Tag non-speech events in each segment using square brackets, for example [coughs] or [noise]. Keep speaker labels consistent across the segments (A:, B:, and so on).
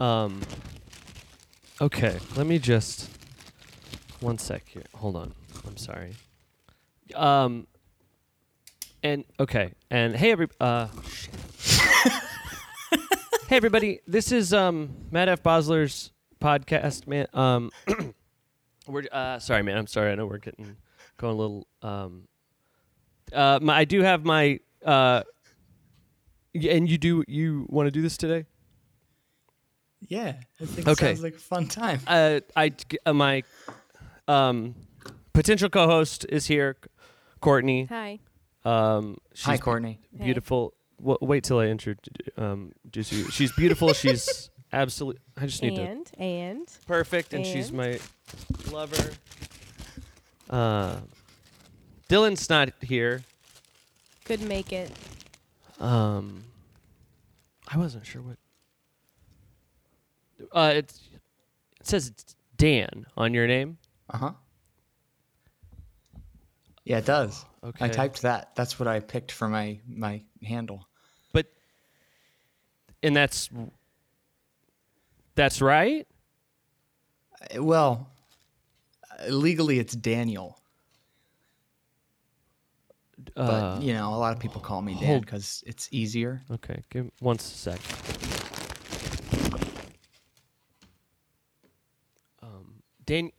A: Um. Okay, let me just one sec here. Hold on. I'm sorry. Um. And okay, and hey every uh. [laughs] Shit. hey everybody, this is um Matt F Bosler's podcast, man. Um, [coughs] we're uh sorry, man. I'm sorry. I know we're getting going a little um. Uh, my, I do have my uh. y- And you do you want to do this today?
B: Yeah, I think
A: Okay.
B: it sounds like a fun time.
A: uh, I uh, my um, potential co-host is here, Courtney.
C: Hi.
A: Um, she's
B: Hi, Courtney.
C: Hey.
A: beautiful. Wa- wait till I introduce um, introduce you. She's
B: [laughs]
A: beautiful. she's absolutely. I just need to
C: And and
A: perfect, and, she's
C: and?
A: my lover. Uh, Dylan's not here.
C: could make it.
A: Um, I wasn't sure what. Uh, it's, it says it's Dan on your name.
B: Uh
A: Uh-huh.
B: huh. Yeah, it does.
A: Okay.
B: I typed that. That's what I picked for my my handle.
A: But and that's that's right?
B: Uh, Well, uh, legally it's Daniel, but
A: Uh,
B: you know a lot of people call me Dan
A: hold-
B: because it's easier.
A: Okay, give me one sec. Um Dan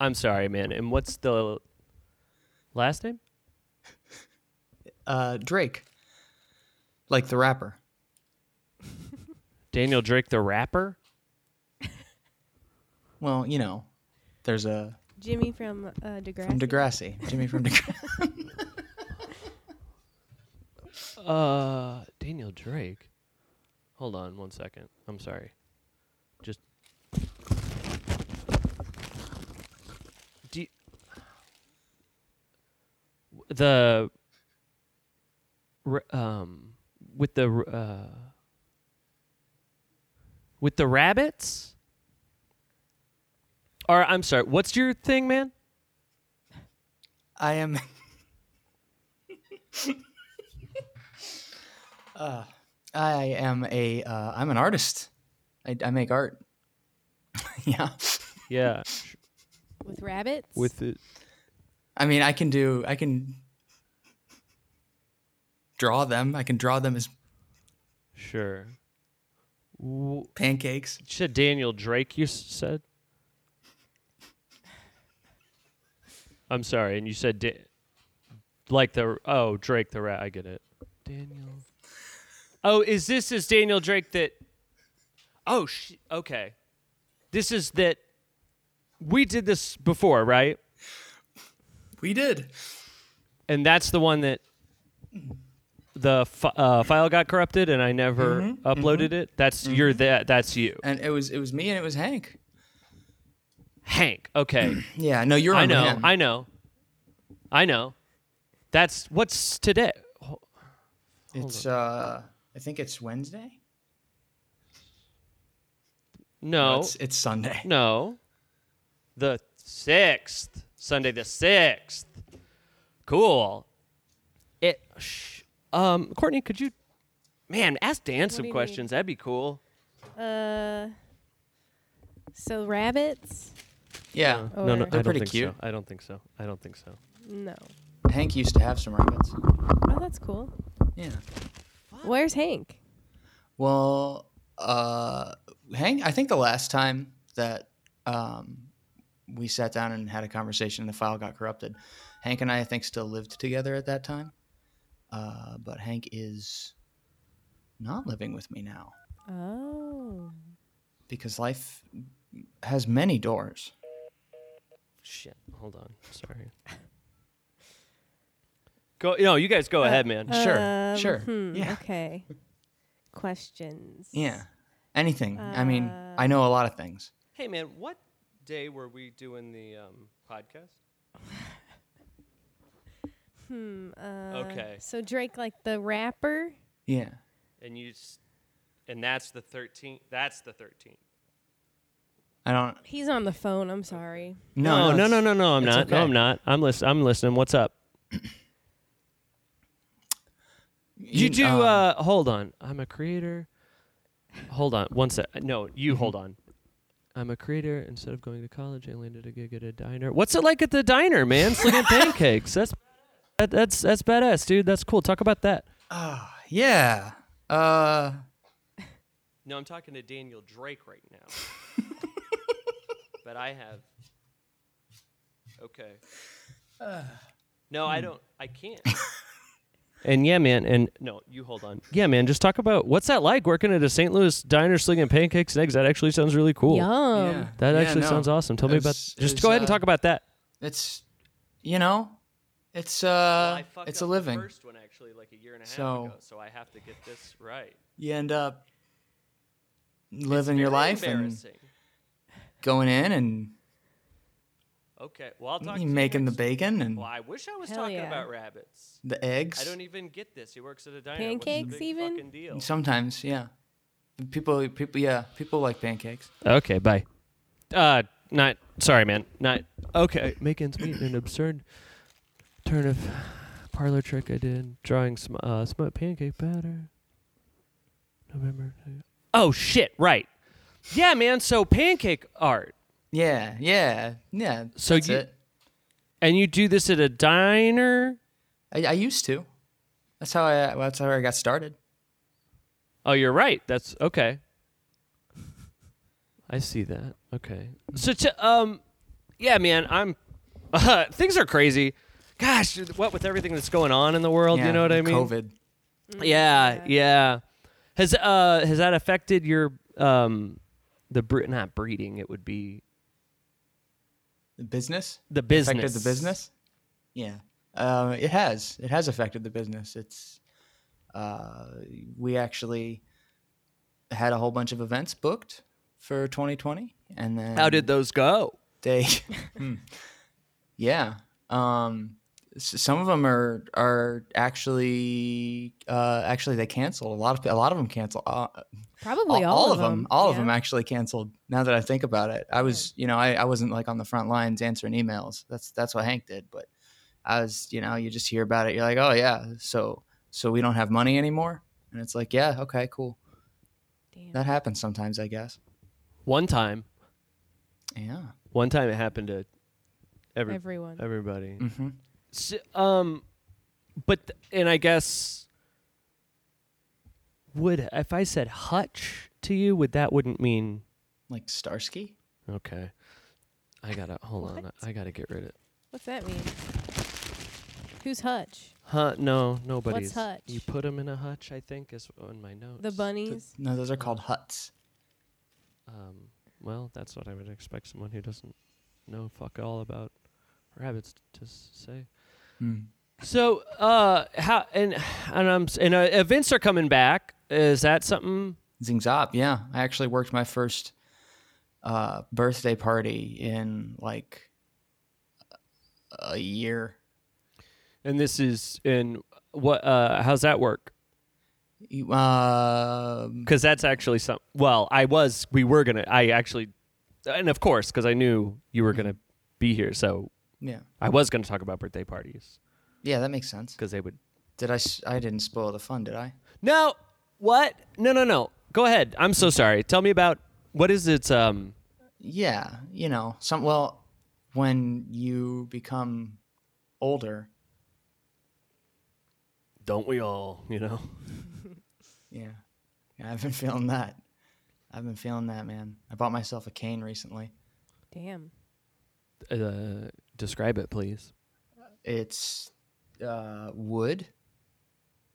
A: I'm sorry, man. And what's the last name?
B: Uh, Drake, like the rapper.
A: Daniel Drake the rapper?
B: Well, you know, there's a
C: Jimmy from uh, Degrassi.
B: from Degrassi, Jimmy from Degrassi.
A: Uh Daniel Drake. Hold on one second. I'm sorry. Just Do you- the r- um with the r- uh with the rabbits? Or I'm sorry, what's your thing, man?
B: I am. [laughs] uh, I am a. Uh, I'm an artist. I, I make art. [laughs] yeah.
A: Yeah.
C: with rabbits.
A: With it.
B: I mean, I can do. I can draw them. I can draw them as
A: Sure. W-
B: pancakes.
A: You said Daniel Drake, you s- said? I'm sorry, and you said da- like the oh Drake the rat. I get it. Daniel. Oh, is this is Daniel Drake that? Oh, sh- okay. This is that. We did this before, right?
B: We did.
A: And that's the one that the fi- uh, file got corrupted, and I never uploaded it. That's you're that. That's you,
B: And it was it was me and it was Hank.
A: Hank. Okay.
B: Yeah. No, you're.
A: I know, I know, I know. That's what's today. Ho-
B: it's. Uh, I think it's Wednesday.
A: No,
B: It's, it's Sunday.
A: no, the sixth Sunday, the sixth. Cool. It. Sh- um, Courtney, could you, man, ask Dan
C: do
A: some
C: you
A: questions? That'd be cool.
C: uh. So rabbits?
B: Yeah.
C: No, no, Or- I
B: They're pretty cute.
A: I don't think so. I don't think so.
C: No.
B: Hank used to have some rabbits.
C: Oh, that's cool.
B: Yeah.
C: Where's Hank?
B: Well, uh, Hank, I think the last time that um, we sat down and had a conversation and the file got corrupted, Hank and I, I think, still lived together at that time. Uh, but Hank is not living with me now
C: Oh.
B: because life has many doors.
A: Shit. Hold on. Sorry. Go. No, you guys
C: Uh,
A: go ahead, man.
B: Sure,
C: Um,
B: sure,
C: hmm,
B: yeah. [laughs]
C: Okay. Questions.
B: Yeah. Anything. I mean, I know a lot of things.
A: Hey man, what day were we doing the um, podcast?
C: Hmm. Uh,
A: Okay.
C: So Drake, like the rapper.
B: Yeah.
A: And you, s- and that's the thirteenth. That's the thirteenth.
B: I don't.
C: He's on the phone. I'm sorry.
B: No,
A: no,
B: it's-
A: no, no, no. I'm
B: it's
A: not. No,
B: okay.
A: I'm not. I'm listening. I'm listening. What's up? You do.
B: um,
A: um, uh, hold on. I'm a creator. Hold on, one sec. No, you hold on. I'm a creator. Instead of going to college, I landed a gig at a diner. What's it like at the diner, man? Slinging pancakes. That's that, that's that's badass, dude. That's cool. Talk about that.
B: Yeah. Uh,
A: No, I'm talking to Daniel Drake right now.
B: [laughs]
A: but I have.
B: [sighs]
A: Okay. no, I don't. I
B: [laughs]
A: can't. and yeah, man. And no, you hold on. Yeah, man. Just talk about what's that like working at a St. Louis diner slinging pancakes and eggs. That actually sounds really cool.
C: Yum.
B: yeah.
A: That
B: Yeah,
A: actually
B: no.
A: sounds awesome. Tell me about.
B: It's-
A: Just
B: it's,
A: go ahead and
B: uh,
A: talk about that.
B: It's, you know, it's uh, it's a living.
A: first one actually, like a year and a half
B: So-
A: ago. So I have to get this right.
B: You end up living your life and going in and
A: Okay. Well, I'll talk.
B: you making the
A: bacon.
B: bacon and
A: Well, I wish I was
C: Hell
A: talking
C: yeah.
A: about rabbits.
B: the eggs.
A: I don't even get this. He works at a diner. What's the
C: Pancakes
A: big
C: even?
A: fucking deal?
B: Sometimes, yeah. People, people, yeah, people like pancakes.
A: Okay, bye. Uh, not sorry, man. Not okay. Make ends meet. An absurd turn of parlor trick I did drawing sm- uh, smut pancake batter. November. Oh shit! Right. Yeah, man. So pancake art,
B: Yeah, yeah, yeah.
A: So
B: that's
A: you-
B: it.
A: and you do this at a diner.
B: I, I used to. That's how I. That's how I got started.
A: Oh, you're right. That's okay. I see that. Okay. So, t- um, yeah, man, I'm. [laughs] things are crazy. Gosh, dude, what with everything that's going on in the world,
B: Yeah,
A: you know what I
B: and
A: mean?
B: COVID.
A: Yeah, yeah. Has uh has that affected your um the bre- not breeding? It would be
B: The business.
A: the business.
B: affected the business. Yeah, uh, it has. It has affected the business. It's uh, we actually had a whole bunch of events booked for 2020, and then
A: How did those go?
B: [laughs] they? Hmm. yeah, um, s- some of them are are actually uh, actually they canceled. A lot of a lot of them canceled. Uh,
C: Probably all,
B: of them, all of
C: yeah.
B: them actually canceled. Now that I think about it, I was, you know, I, I wasn't like on the front lines answering emails. That's that's what Hank did, but I was, you know, you just hear about it, you're like, oh yeah, so so we don't have money anymore, and it's like, yeah, okay, cool.
C: Damn.
B: That happens sometimes, I guess.
A: One time,
B: Yeah.
A: one time it happened to every,
C: Everyone.
A: everybody.
B: Mm-hmm.
A: S um, but th- and I guess would if I said hutch to you, would that wouldn't mean
B: Like Starsky.
A: okay? I gotta hold on.
C: What?
A: I gotta get rid of.
C: What's that mean? Who's Hutch?
A: Huh? No, nobody's.
C: hutch?
A: You put him in a hutch. I think is on my notes.
C: The bunnies?
B: No, those are called huts.
A: Um, well, that's what I would expect someone who doesn't know fuck all about rabbits to s- say.
B: Hmm.
A: So, uh, how and and I'm s- and uh, events are coming back. Is that something?
B: Zing Zop, yeah. I actually worked my first uh, birthday party in like a year.
A: And this is in what? Uh, how's that work?
B: You- Um,
A: Because that's actually some. Well, I was. We were gonna. I actually, and of course, because I knew you were gonna be here, so
B: yeah,
A: I was gonna talk about birthday parties
B: yeah, that makes sense.
A: because they would.
B: Did I? s- I didn't spoil the fun, did I?
A: No, what? No, no, no. Go ahead. I'm so sorry. Tell me about what is its um.
B: Yeah, you know, some. Well, when you become older,
A: Don't we all? You know.
B: yeah, yeah I've been [laughs] feeling that. I've been feeling that, man. I bought myself a cane recently.
C: Damn.
A: Uh, describe it, please.
B: It's uh, wood,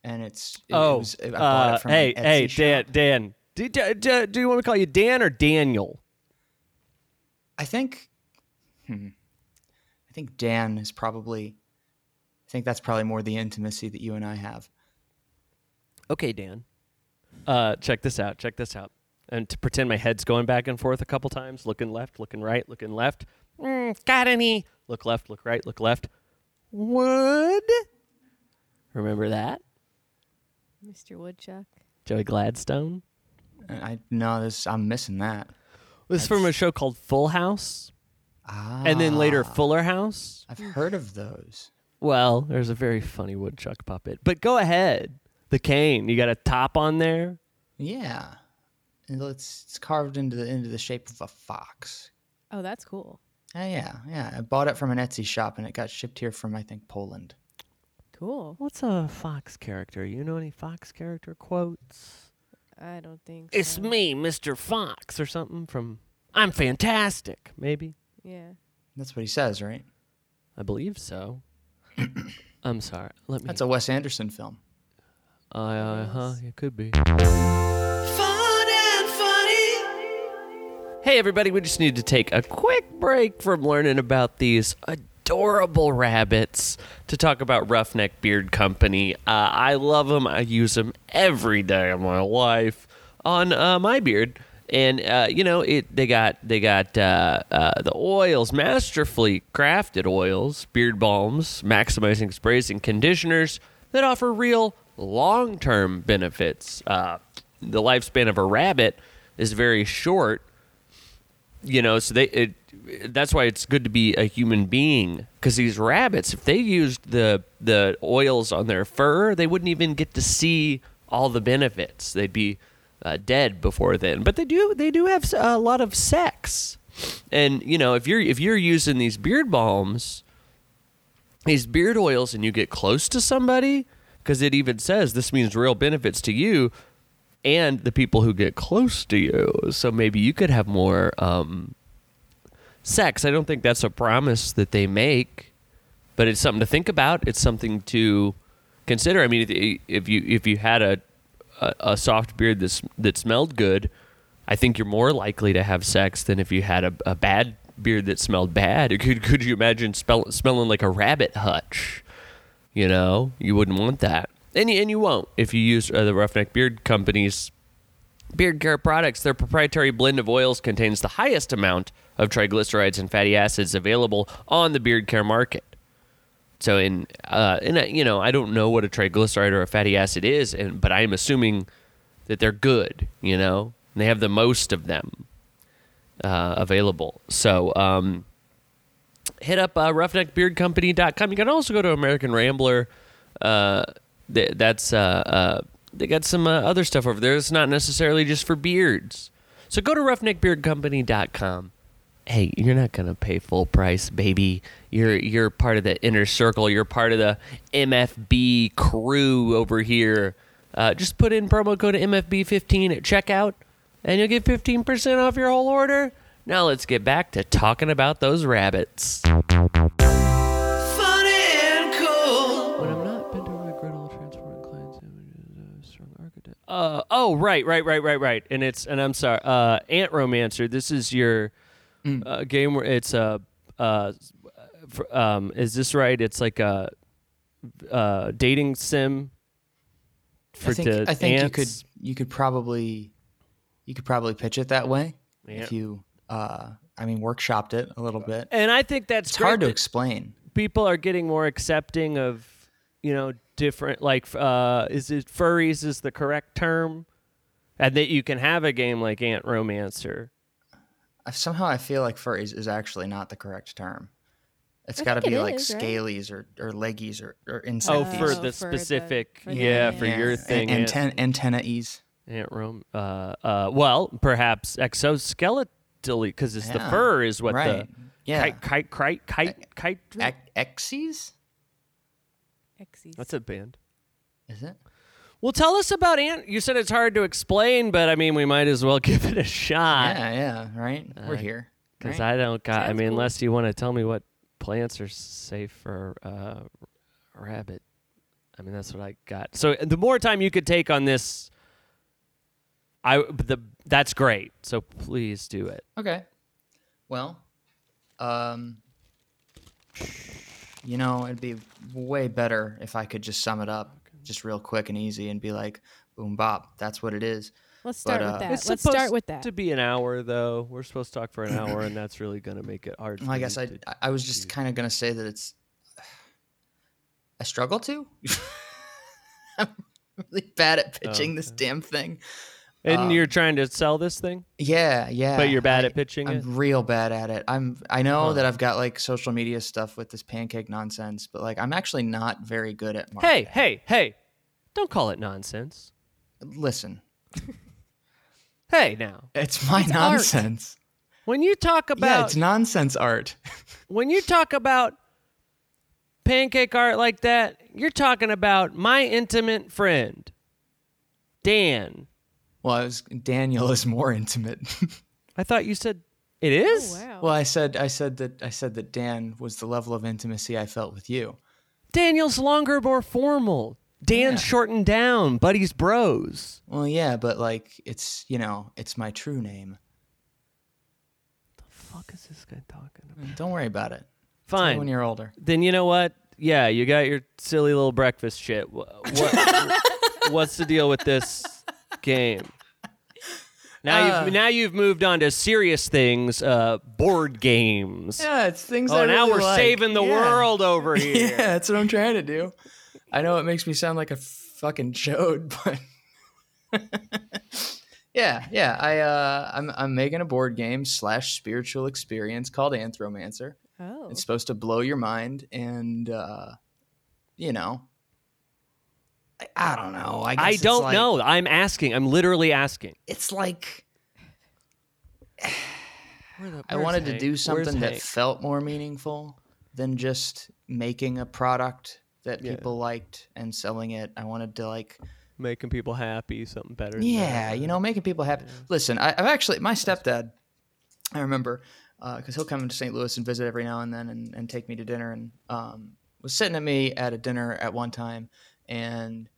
B: and it's it
A: oh,
B: was- I bought
A: uh,
B: it from an
A: hey,
B: Etsy
A: hey,
B: shop.
A: Dan, Dan. Do, do, do, do you want me to call you Dan or Daniel?
B: I think, hmm, I think Dan is probably. I think that's probably more the intimacy that you and I have.
A: Okay, Dan. Uh, check this out. Check this out. And to pretend my head's going back and forth a couple times, looking left, looking right, looking left. Mm, got any? Look left, look right, look left. Wood. Remember that,
C: Mr. Woodchuck.
A: Joey Gladstone.
B: And I no, this I'm missing that.
A: This is from a show called Full House,
B: Ah,
A: and then later Fuller House.
B: I've heard of those.
A: Well, there's a very funny woodchuck puppet. But go ahead. The cane. You got a top on there.
B: Yeah, and it's, it's carved into the into the shape of a fox.
C: Oh, that's cool.
B: Uh, yeah, yeah. I bought it from an Etsy shop, and it got shipped here from I think Poland.
C: Cool.
A: What's a Fox character? You know any Fox character quotes?
C: I don't think
A: It's
C: so.
A: me, Mr. Fox, or something from I'm Fantastic, maybe.
C: Yeah.
B: That's what he says, right?
A: I believe so. [coughs] I'm sorry. Let me.
B: That's a Wes Anderson film.
A: Uh, uh huh. It could be. Hey, everybody, we just need to take a quick break from learning about these adorable rabbits to talk about Roughneck Beard Company. Uh, I love them, I use them every day of my life on uh, my beard. And uh, you know it. They got they got uh, uh, the oils, masterfully crafted oils, beard balms, maximizing sprays and conditioners that offer real long-term benefits. Uh, the lifespan of a rabbit is very short, you know so they it, that's why it's good to be a human being because these rabbits if they used the the oils on their fur they wouldn't even get to see all the benefits they'd be uh, dead before then but they do they do have s- a lot of sex and you know if you're if you're using these beard balms these beard oils and you get close to somebody because it even says this means real benefits to you and the people who get close to you so maybe you could have more um, sex i don't think that's a promise that they make but it's something to think about it's something to consider i mean if- if you if you had a a, a soft beard that, sm- that smelled good i think you're more likely to have sex than if you had a, a bad beard that smelled bad [laughs] could, could you imagine spell, smelling like a rabbit hutch you know, you wouldn't want that, and you, and you won't if you use uh, the Roughneck Beard Company's beard care products. Their proprietary blend of oils contains the highest amount of triglycerides and fatty acids available on the beard care market. So in uh, in a, you know, I don't know what a triglyceride or a fatty acid is, and but I am assuming that they're good. You know, and they have the most of them uh, available. So. Um, hit up uh, roughneckbeardcompany.com. You can also go to American Rambler. Uh, th- that's uh, uh, they got some uh, other stuff over there. It's not necessarily just for beards. So go to roughneckbeardcompany.com. Hey, you're not gonna pay full price, baby. You're you're part of the inner circle. You're part of the MFB crew over here. Uh, just put in promo code MFB15 at checkout, and you'll get 15% off your whole order. Now let's get back to talking about those rabbits. When I'm not bent over, I griddle, transforming clients into a strong architect. Uh, oh, right, right, right, right, right. And it's, and I'm sorry, uh, Ant Romancer, this is your
B: Mm.
A: uh, game where it's a, uh, fr- um, is this right? It's like a, uh, dating sim for
B: I think,
A: the
B: I think you could
A: ants.
B: you could probably you could probably pitch it that way
A: Yeah.
B: if you uh, I mean workshopped it a little bit.
A: And I think that's
B: It's hard to
A: great that-
B: explain.
A: people are getting more accepting of you know different like uh is it furries is the correct term and that you can have a game like ant romancer
B: I- Somehow I feel like furries is actually not the correct term. It's
C: I
B: got to
C: think
B: be
C: it
B: like
C: is, right?
B: scalies or, or leggies or, or
A: oh
B: insecties.
C: Like
A: for the
C: these. Oh, for the-
A: specific
C: for the-
A: yeah,
C: yeah.
A: for
B: Yeah,
A: your
B: an-
A: thing
B: an-
A: ant,
B: anten- antennae-es.
A: ant rom uh uh well perhaps exoskeletally because it's the
B: Yeah,
A: fur is what
B: right.
A: the
B: yeah.
A: kite kite kite kite kite
B: Ec- exes?
C: Exes.
A: that's a band
B: Is it?
A: well tell us about ant you said it's hard to explain but i mean we might as well [laughs] give it a shot
B: yeah, yeah, right. We're here.
A: Because
B: right?
A: I don't got. I
C: Sounds
A: mean,
C: cool.
A: unless you want to tell me what plants are safe for uh, rabbit. I mean, that's what I got. So the more time you could take on this, I the that's great. So please do it.
B: Okay. Well, um, you know, it'd be way better if I could just sum it up just real quick and easy and be like, boom, bop, that's what it is.
C: Let's start
B: uh,
C: with that.
A: It's
C: Let's start
A: supposed
C: with that.
A: To be an hour though, we're supposed to talk for [coughs] an hour, and that's really gonna make it hard.
B: Well, I guess I,
A: did.
B: I was just kind of going to say that it's, I struggle to. [laughs] I'm really bad at pitching this damn thing.
A: And you're trying to sell this thing,
B: Yeah, um, yeah.
A: but you're bad
B: I-
A: at pitching
B: I'm
A: it.
B: real bad at it. I'm I know that I've got like social media stuff with this pancake nonsense, but like I'm actually not very good at marketing.
A: Hey, hey, hey! Don't call it nonsense.
B: listen.
A: Hey, now
B: It's my
C: art.
B: nonsense.
A: when you talk
B: Yeah,
A: about
B: it's nonsense art. [laughs]
A: when you talk about pancake art like that, you're talking about my intimate friend, Dan.
B: Well, I was, Daniel is more intimate.
A: I thought you said it is.
C: Oh, wow.
B: well, I said I said that I said that Dan was the level of intimacy I felt with you.
A: Daniel's longer, more formal. Dan's shortened down. Buddy's bros.
B: Well, yeah, but like it's you know it's my true name.
A: Fuck is this guy talking about?
B: Don't worry about it. Tell me
A: Fine.
B: When you're older.
A: then you know what? Yeah, you got your silly little breakfast shit. Wha- What, [laughs] what's the deal with this game? Now
B: Uh.
A: you've now you've moved on to serious things, uh, board games.
B: Yeah, it's things.
A: oh,
B: I
A: now
B: really
A: we're
B: like.
A: saving the
B: Yeah.
A: world over here.
B: [laughs] Yeah, that's what I'm trying to do. I know it makes me sound like a fucking chode, [laughs] but yeah, yeah. I uh, I'm I'm making a board game slash spiritual experience called Anthromancer.
C: oh.
B: It's supposed to blow your mind, and uh, you know, I, I don't know. I guess
A: I
B: it's
A: don't
B: like-
A: know. I'm asking. I'm literally asking.
B: It's like I
A: Where's
B: wanted to
A: Hank?
B: do
A: Where's
B: something that
A: Hank?
B: felt more meaningful than just making a product that
A: Yeah.
B: people liked and selling it. I wanted to like,
A: making people happy, something better. than
B: yeah,
A: that.
B: you know, making people happy. Listen, I, I've actually my stepdad. I remember because he'll come to St. Louis and visit every now and then and, and take me to dinner and um, was sitting at me at a dinner at one time and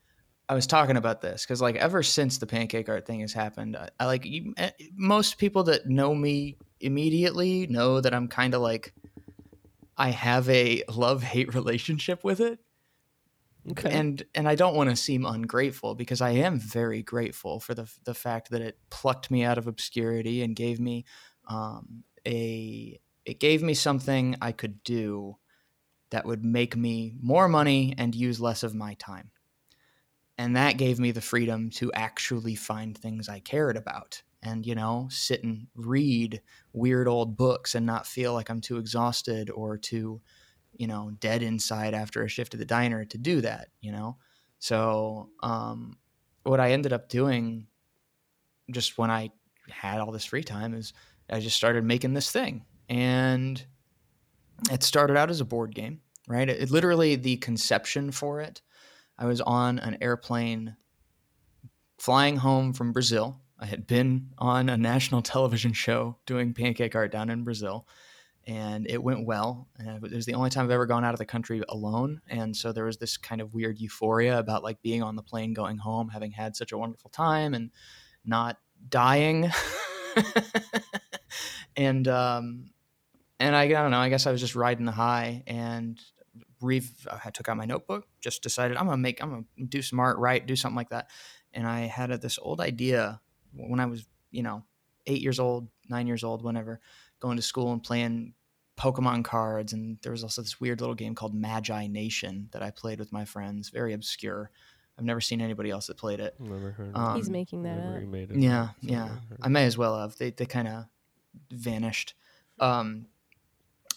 B: I was talking about this because like ever since the pancake art thing has happened, I, I like you, eh, most people that know me immediately know that I'm kind of like I have a love hate [laughs] relationship with it
A: Okay.
B: and and I don't want to seem ungrateful because I am very grateful for the the fact that it plucked me out of obscurity and gave me um, a it gave me something I could do that would make me more money and use less of my time. And that gave me the freedom to actually find things I cared about and, you know, sit and read weird old books and not feel like I'm too exhausted or too, you know, dead inside after a shift at the diner to do that, you know? So, um, what I ended up doing just when I had all this free time is I just started making this thing. And it started out as a board game, right? It, it literally, the conception for it, I was on an airplane flying home from Brazil. I had been on a national [laughs] television show doing pancake art down in Brazil, and it went well. And it was the only time I've ever gone out of the country alone. And so there was this kind of weird euphoria about like being on the plane going home, having had such a wonderful time, and not dying. and um, and I, I don't know. I guess I was just riding the high, and rev- I took out my notebook. Just decided I'm gonna make, I'm gonna do some art, right, do something like that. And I had a, this old idea when I was, you know, eight years old, nine years old, whenever, going to school and playing Pokemon cards. And there was also this weird little game called Magi Nation that I played with my friends. Very obscure. I've never seen anybody else that played it.
A: Never heard of
B: Um,
C: He's making that
A: never
C: up.
A: even made it.
B: yeah,
A: Never
B: yeah.
A: heard
B: I may as well have. They they kind of vanished. Um,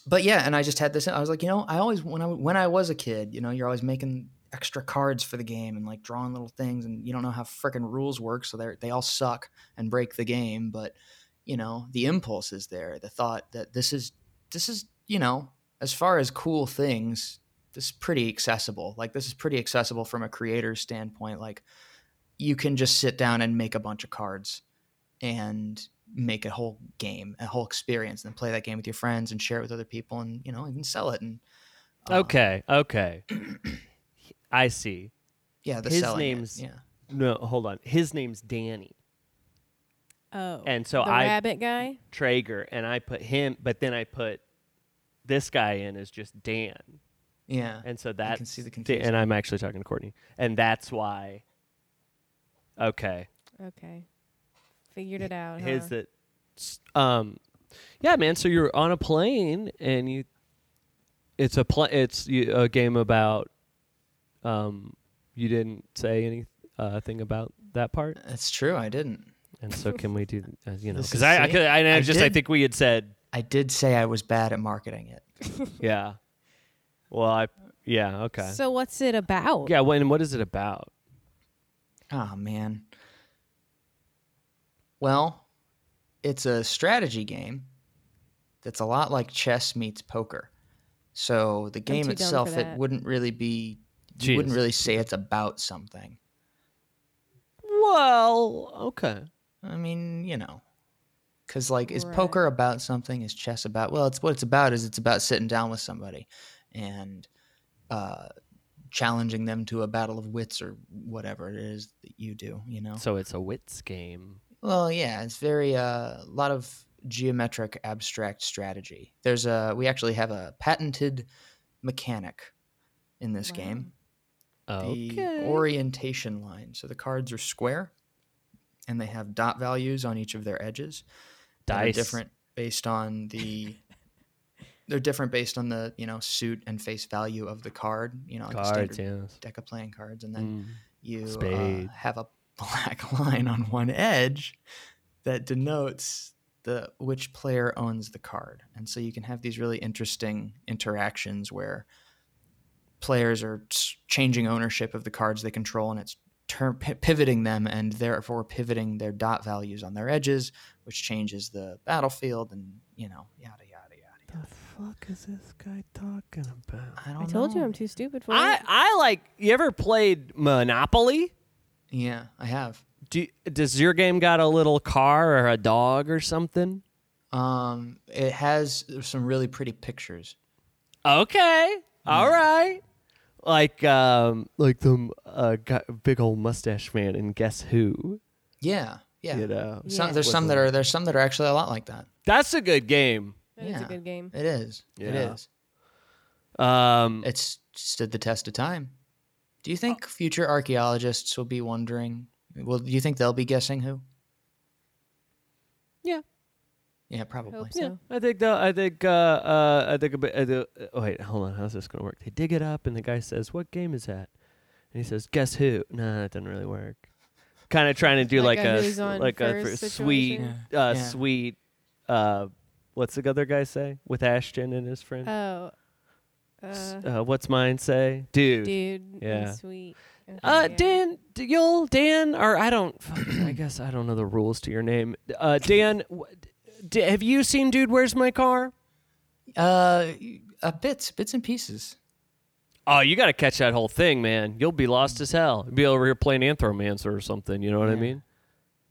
B: but yeah, and I just had this. I was like, you know, I always when I when I was a kid, you know, you're always making extra cards for the game and like drawing little things, and you don't know how frickin' rules work, so they are they all suck and break the game. But you know, the impulse is there. The thought that this is this is you know, as far as cool things, this is pretty accessible. Like this is pretty accessible from a creator's standpoint. Like you can just sit down and make a bunch of cards and make a whole game, a whole experience, and play that game with your friends and share it with other people, and you know, even sell it. And uh,
A: Okay, okay. I see.
B: yeah, the
A: his
B: selling it,
A: name's-
B: yeah,
A: No, hold on. His name's Danny
C: oh.
A: and so
C: the
A: I-
C: rabbit guy.
A: Traeger, and I put him, but then I put this guy in as just Dan,
B: yeah,
A: and so that
B: see the
A: and
B: confusion.
A: I'm actually talking to Courtney, and that's why. Okay,
C: Okay. Figured it
B: Uh-huh.
C: out.
A: his
C: huh?
B: uh,
A: that, s- um, yeah, man. So you're on a plane, and you, it's a pl- it's you, a game about, um, you didn't say any uh, thing about that part.
B: that's true. I didn't.
A: And so can we do, uh, you know,
B: This
A: because
B: is-
A: I, I,
B: see?
A: could, I, I
B: I
A: just, I
B: did.
A: think we had said,
B: I did say I was bad at marketing it.
A: yeah. Well, I, yeah, okay.
C: So what's it about?
A: yeah, when, what is it about?
B: Oh man, Well, it's a strategy game that's a lot like chess meets poker. So the game
C: too dumb
B: itself,
C: for
B: it
C: that.
B: wouldn't really be. You
A: Jeez.
B: wouldn't really say it's about something.
A: Well, okay.
B: I mean, you know, because like, is
C: Right.
B: poker about something? Is chess about? Well, it's what it's about. Is it's about sitting down with somebody and uh, challenging them to a battle of wits or whatever it is that you do. You know.
A: So it's a wits game.
B: Well, yeah, it's very uh, a lot of geometric abstract strategy. There's a we actually have a patented mechanic in this
C: Wow.
B: game.
A: Okay.
B: The orientation line. So the cards are square, and they have dot values on each of their edges. that are
A: Dice.
B: different based on the. They're different based on the you know suit and face value of the card. You know, like the
A: Cards,
B: standard
A: yes.
B: deck of playing cards, and then
A: Mm.
B: you uh,
A: Spade.
B: have a [laughs] black line on one edge that denotes the which player owns the card and so you can have these really interesting interactions where players are s- changing ownership of the cards they control and it's turn, p- pivoting them and therefore pivoting their dot values on their edges which changes the battlefield and you know yada yada yada
A: The fuck is this guy talking about?
B: i don't
C: I told you
B: know.
C: I'm too stupid for
A: I
C: it.
A: I like. You ever played Monopoly?
B: yeah i have
A: Do does your game got a little car or a dog or something?
B: um it has some really pretty pictures
A: Okay. All right. Like um like the uh, guy, big old mustache man and guess who?
B: yeah yeah
A: You know.
C: Yeah.
B: Some, there's some that are there's some that are actually a lot like that.
A: That's a good game.
C: That is a
B: Yeah.
C: good game.
B: It is. It
A: Yeah.
B: is.
A: Um
B: It's stood the test of time. Do you
C: Oh.
B: think future archaeologists will be wondering? Well, do you think they'll be guessing who?
A: Yeah.
B: Yeah, probably.
C: Hope
A: Yeah,
C: so.
A: I think though I think uh, uh I think a bit, I do, oh, wait hold on how's this gonna work? They dig it up and the guy says what game is that? And he says guess who? Nah, that doesn't really work. Kind of trying to do
C: Like
A: like,
C: a
A: a
C: who's on
A: like a
C: first
A: fr- sweet
C: situation?
A: uh
B: Yeah.
A: sweet uh what's the other guy say with Ashton and his friend?
C: Oh,
A: S-
C: uh,
A: uh, what's mine say, dude?
C: dude.
A: Yeah.
C: Yeah. Sweet. Okay,
B: Oh,
A: Uh,
C: yeah.
A: Dan, d- you'll Dan, or I don't. fuck, [clears throat] I guess I don't know the rules to your name. Uh, Dan, w- d- have you seen Dude? Where's my car?
B: Uh, uh, bits, bits and pieces.
A: Oh, you got to catch that whole thing, man. You'll be lost as hell. You'll be over here playing Anthromancer or something. You know what I
B: Yeah.
A: mean?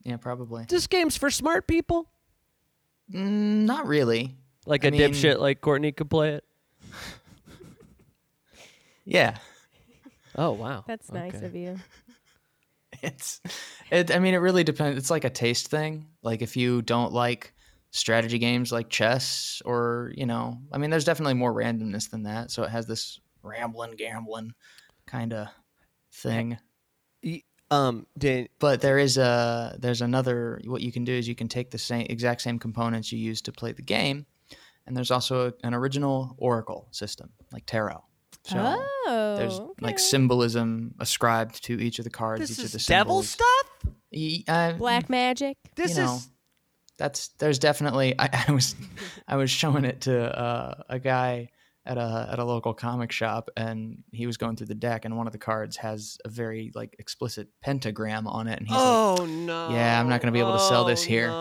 B: Yeah, probably.
A: This game's for smart people.
B: Mm, not really.
A: Like
B: I
A: a
B: mean-
A: dipshit like Courtney could play it.
B: Yeah,
A: Oh wow,
C: That's nice
A: Okay.
C: of you.
B: [laughs] it's. It, I mean, it really depends. It's like a taste thing. Like if you don't like strategy games like chess or you know, I mean, there's definitely more randomness than that. So it has this rambling, gambling kind of thing.
A: Um, Dan,
B: but there is a there's another what you can do is you can take the same exact same components you use to play the game and there's also a, an original oracle system like tarot so
C: oh,
B: there's
C: okay.
B: like symbolism ascribed to each of the cards
A: this
B: each of the
A: is devil
B: symbols.
A: stuff.
B: Y- uh,
C: black magic.
A: This
B: know,
A: is
B: that's there's definitely I, [laughs] I was I was showing it to uh, a guy at a at a local comic shop and he was going through the deck and one of the cards has a very like explicit pentagram on it and he's like
A: oh no.
B: "Yeah, I'm not gonna be able to sell this
A: Oh,
B: here."
A: no.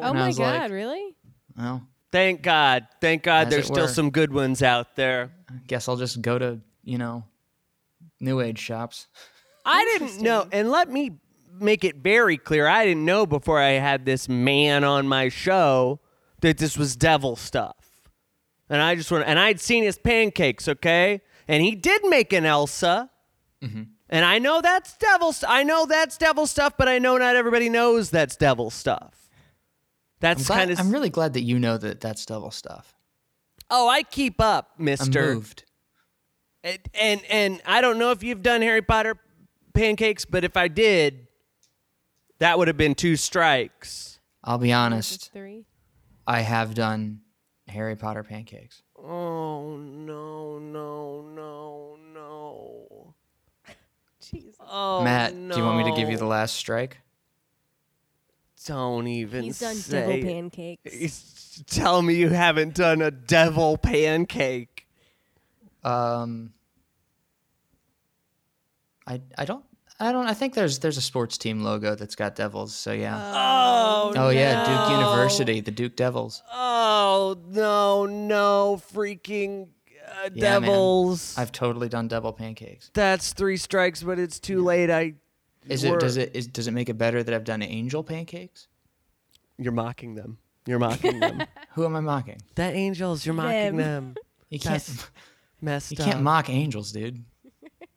C: Oh
B: and I
C: my
B: was like-
C: god, really?
B: well
A: Thank God. Thank God
B: As
A: there's
B: it
A: still
B: were.
A: some good ones out there.
B: guess I'll just go to, you know, new age shops.
A: I didn't know, and let me make it very clear I didn't know before I had this man on my show that this was devil stuff. And I just went, and I'd seen his pancakes, okay? And he did make an Elsa.
B: Mm-hmm.
A: And I know that's devil. St- I know that's devil stuff, but I know not everybody knows that's devil stuff.
B: I'm,
A: That's
B: glad,
A: kind of.
B: I'm really glad that you know that that's devil stuff.
A: oh, I keep up,
B: I'm
A: Mister.
B: moved.
A: And, and and I don't know if you've done Harry Potter pancakes, but if I did, that would have been two strikes.
B: I'll be
C: It's
B: honest.
C: three.
B: I have done Harry Potter pancakes.
A: Oh no no no no!
C: Jeez.
A: Oh,
B: Matt, do you want me to give you the
A: no.
B: last strike?
A: Don't even
C: He's done
A: say.
C: devil pancakes.
A: He's- Tell me you haven't done a devil pancake.
B: Um, I I don't I don't. I think there's there's a sports team logo that's got devils. So yeah.
A: Oh,
B: oh yeah, Duke
A: no.
B: University, the Duke Devils.
A: Oh no, no freaking uh,
B: Yeah, man.
A: devils!
B: I've totally done devil pancakes.
A: That's three strikes, but it's too late. I
B: Is it does it is, does it make it better that I've done angel pancakes?
A: You're mocking them. You're mocking them.
B: Who am I mocking?
A: [laughs] that angels, you're
C: Them.
A: mocking them.
B: You can't
A: That's- Messed
B: you
A: up.
B: can't mock
A: [laughs]
B: angels, dude. They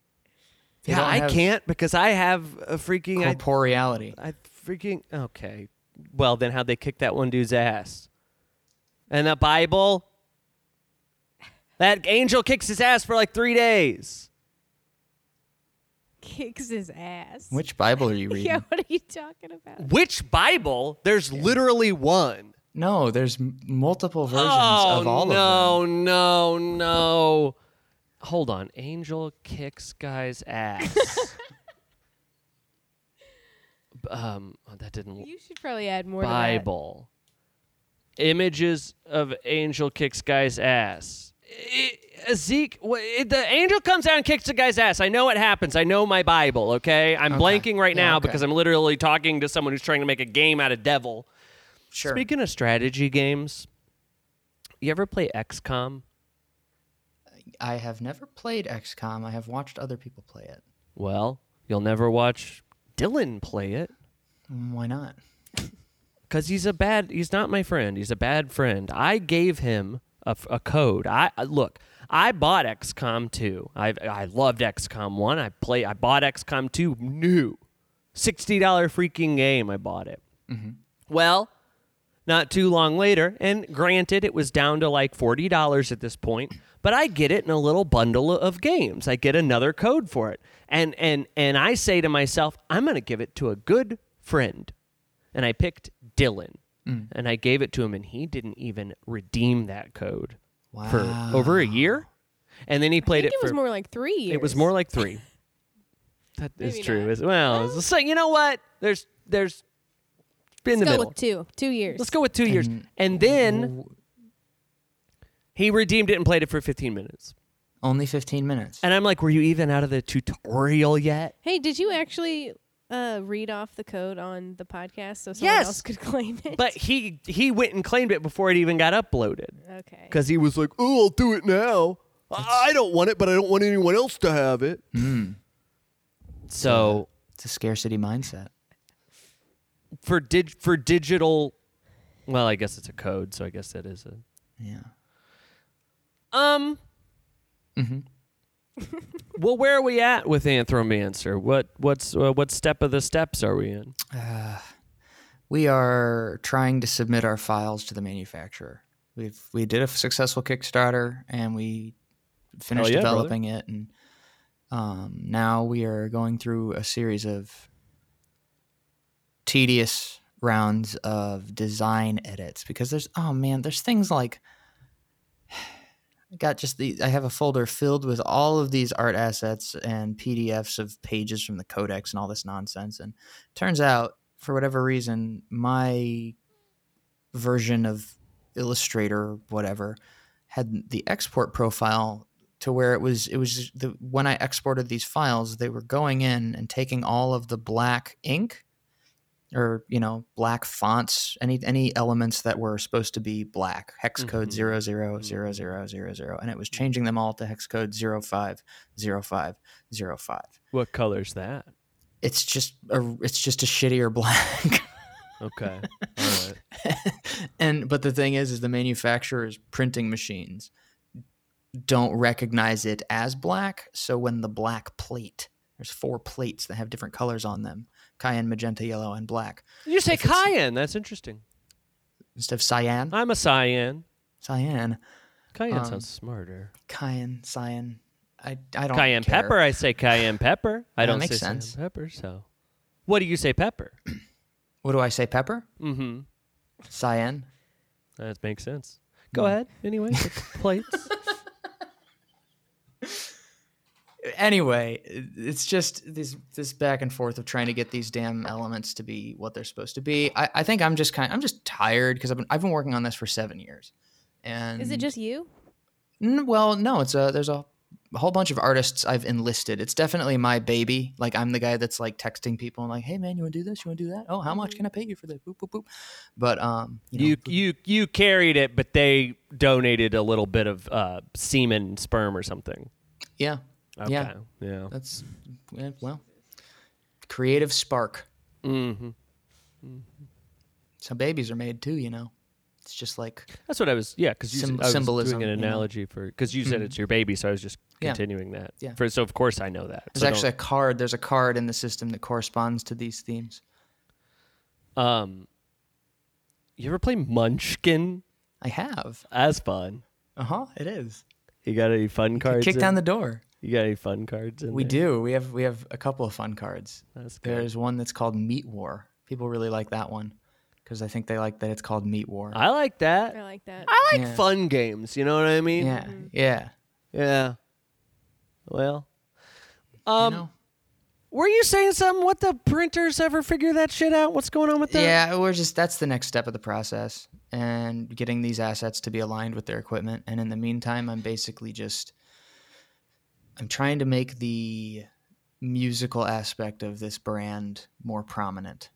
A: yeah,
B: don't
A: I
B: have
A: can't because I have a freaking. I,
B: Corporeality.
A: I freaking okay. Well, then how'd they kick that one dude's ass? And the Bible. That angel kicks his ass for like three days.
C: [laughs] Kicks his ass.
B: Which Bible are you
A: [laughs]
B: reading?
C: [laughs] Yeah, what are you talking about?
A: Which Bible? There's literally one.
B: No, there's m- multiple versions
A: oh,
B: of all of
A: no, no, no. Hold on. Angel kicks guy's
B: [laughs]
A: ass. B- um, oh, that didn't.
C: You should probably add more
A: Bible. Images of angel kicks guy's ass. I- Ezek, wha- it- the angel comes out and kicks the guy's ass. I know it happens. I know my Bible. Okay, I'm
B: Okay.
A: blanking right
B: Yeah,
A: now
B: okay.
A: because I'm literally talking to someone who's trying to make a game out of devil.
B: them. Sure.
A: Speaking of strategy games, you ever play XCOM?
B: I have never played XCOM. I have watched other people play it.
A: Well, you'll never watch Dylan play it
B: Mm, Why not?
A: because he's a bad. He's not my friend. He's a bad friend. I gave him a, f- a code. I I- look. I bought XCOM two. I I loved XCOM one. I play. I bought XCOM two new, sixty dollar freaking game. I bought it. Well, not too long later, and granted, it was down to like forty dollars at this point, but I get it in a little bundle of games. I get another code for it, and and and I say to myself, I'm going to give it to a good friend, and I picked Dylan,
C: Mm.
A: and I gave it to him, and he didn't even redeem that code for over a year, and then he
C: I
A: played
C: think it
A: for
C: was more like three years.
A: it was more like three.
C: [laughs]
A: That is
C: Maybe
A: true.
C: not.
A: As well, it's like, you know what? There's there's been the
C: Let's go
A: middle.
C: with two. Two years.
A: Let's go with two years. And then he redeemed it and played it for 15 minutes.
B: Only 15 minutes.
A: And I'm like, were you even out of the tutorial yet?
C: Hey, did you actually uh, read off the code on the podcast so someone
A: Yes.
C: else could [laughs] claim it?
A: But he he went and claimed it before it even got uploaded
C: okay.
A: because he was like, oh, I'll do it now. I I don't want it, but I don't want anyone else to have it. So
B: It's a scarcity mindset.
A: for dig for digital, well, I guess it's a code, so I guess that is a
B: Yeah.
A: Um.
B: Mm-hmm.
A: [laughs] well, where are we at with Anthromancer? What what's uh, what step of the steps are we in?
B: We are trying to submit our files to the manufacturer. We've we did a successful Kickstarter and we finished
A: yeah, brother.
B: developing it and um, now we are going through a series of tedious rounds of design edits because there's oh man, there's things like I got just the I have a folder filled with all of these art assets and PDFs of pages from the codex and all this nonsense and turns out for whatever reason my version of illustrator whatever had the export profile to where it was it was the when i exported these files they were going in and taking all of the black ink or you know black fonts any any elements that were supposed to be black hex code
A: Mhm.
B: zero zero zero zero zero zero, and it was changing them all to hex code 050505
A: What color's that?
B: it's just a it's just a shittier [laughs] black
A: [laughs] Okay. All right.
B: [laughs] and but the thing is is the manufacturer's printing machines don't recognize it as black so when the black plate there's four plates that have different colors on them cayenne magenta yellow and black
A: You say
B: If it's-
A: cayenne. That's interesting.
B: instead of cyan
A: I'm a cyan.
B: cyan
A: Cayenne
B: Um,
A: sounds smarter.
B: cayenne cyan i, I don't
A: Cayenne
B: care.
A: pepper. I say cayenne pepper. I
B: That
A: don't
B: makes
A: say cayenne
B: sense.
A: pepper. So, what do you say pepper?
B: what do i say pepper
A: mm-hmm.
B: cyan
A: That makes sense.
B: Mm.
A: Go ahead. Anyway,
B: [laughs]
A: with the plates.
B: anyway, it's just this this back and forth of trying to get these damn elements to be what they're supposed to be. I, I think I'm just kind I'm just tired because I've been I've been working on this for seven years, and
C: Is it just you?
B: N- well no it's a there's a a whole bunch of artists I've enlisted. It's definitely my baby. Like I'm the guy that's like texting people and like, hey man, you want to do this? You want to do that? Oh, how much can I pay you for this? Boop boop boop. But um, you, know,
A: You you you carried it, but they donated a little bit of uh, semen, sperm, or something.
B: yeah,
A: Okay.
B: yeah,
A: Yeah.
B: that's yeah, well, creative spark.
A: Mm-hmm.
B: That's how babies are made too. You know, it's just like
A: That's what I was. Yeah, because
B: Sym-
A: I was
B: symbolism,
A: doing
B: you
A: an
B: know. Mm-hmm.
A: analogy for because you said it's your baby, so I was just
B: Yeah.
A: continuing that.
B: Yeah.
A: For, so of course I know that. So
B: there's
A: don't-
B: actually a card. There's a card in the system that corresponds to these themes.
A: um, you ever play Munchkin?
B: I have.
A: That's fun.
B: Uh
A: Uh-huh,
B: huh. It is.
A: You got any fun cards?
B: Kick
A: in-
B: down the door.
A: You got any fun cards? In
B: We
A: there?
B: do. We have we have a couple of fun cards.
A: That's good.
B: There's one that's called Meat War. People really like that one because I think they like that it's called Meat War.
A: I like that.
C: I like that.
A: I like
B: Yeah.
A: fun games. You know what I mean?
B: yeah, yeah.
A: Yeah. Well.
B: You
A: Um,
B: know?
A: were you saying something? What the printers ever figure that shit out? What's going on with that?
B: yeah. We're just that's the next step of the process and getting these assets to be aligned with their equipment. And in the meantime, I'm basically just I'm trying to make the musical aspect of this brand more prominent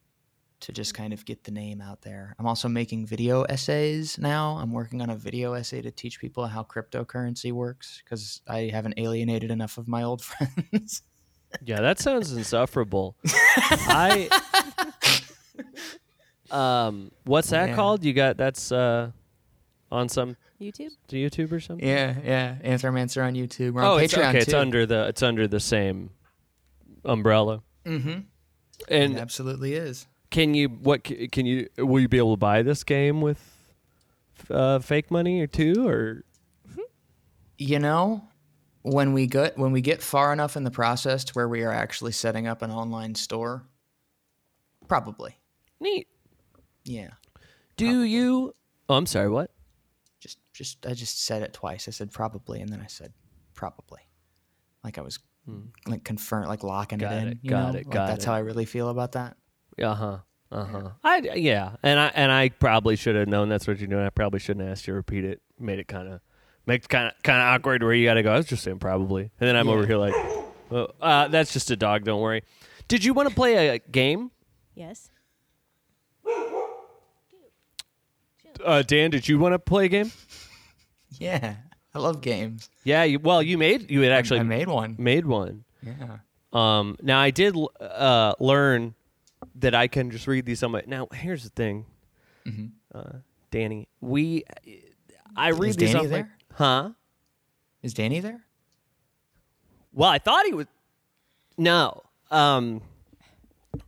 B: to just kind of get the name out there. I'm also making video essays now. I'm working on a video essay to teach people how cryptocurrency works because I haven't alienated enough of my old [laughs] friends.
A: Yeah, that sounds [laughs] insufferable. I um what's that
B: Yeah.
A: called? You got that's uh on some
C: YouTube.
A: YouTube or something?
B: yeah, yeah. Anthromancer on YouTube. We're on
A: oh,
B: Patreon
A: it's okay,
B: too.
A: it's under the it's under the same umbrella.
B: mm-hmm.
A: And
B: It absolutely is.
A: can you what c- can you will you be able to buy this game with uh fake money or two or
B: You know, when we get when we get far enough in the process to where we are actually setting up an online store, probably.
A: neat.
B: Yeah.
A: Do you Oh, I'm sorry, what?
B: Just just I just said it twice. I said probably and then I said probably. Like I was like confirm like locking
A: Hmm. Got
B: it in.
A: it,
B: you
A: got
B: know?
A: it,
B: Like,
A: got
B: that's
A: it.
B: how I really feel about that.
A: Uh-huh. Uh-huh. I yeah, and I and I probably should have known that's what you're doing. I probably shouldn't ask you to repeat it. Made it kind of make kind of kind of awkward where you got to go. I was just saying probably. And then I'm over here like, well, uh, that's just a dog, don't worry. Did you want to play a game?
C: Yes.
A: Uh, Dan, did you want to play a game?
B: Yeah. I love games.
A: Yeah, you, well, you made you had actually
B: I made one.
A: made one.
B: Yeah.
A: Um, now I did l- uh, learn that I can just read these on my. Now here's the thing, uh, Danny. We, I read
B: Mm-hmm. Is
A: these
B: Danny
A: off my-
B: there?
A: huh?
B: Is Danny there?
A: Well, I thought he was. No, um,
B: I'm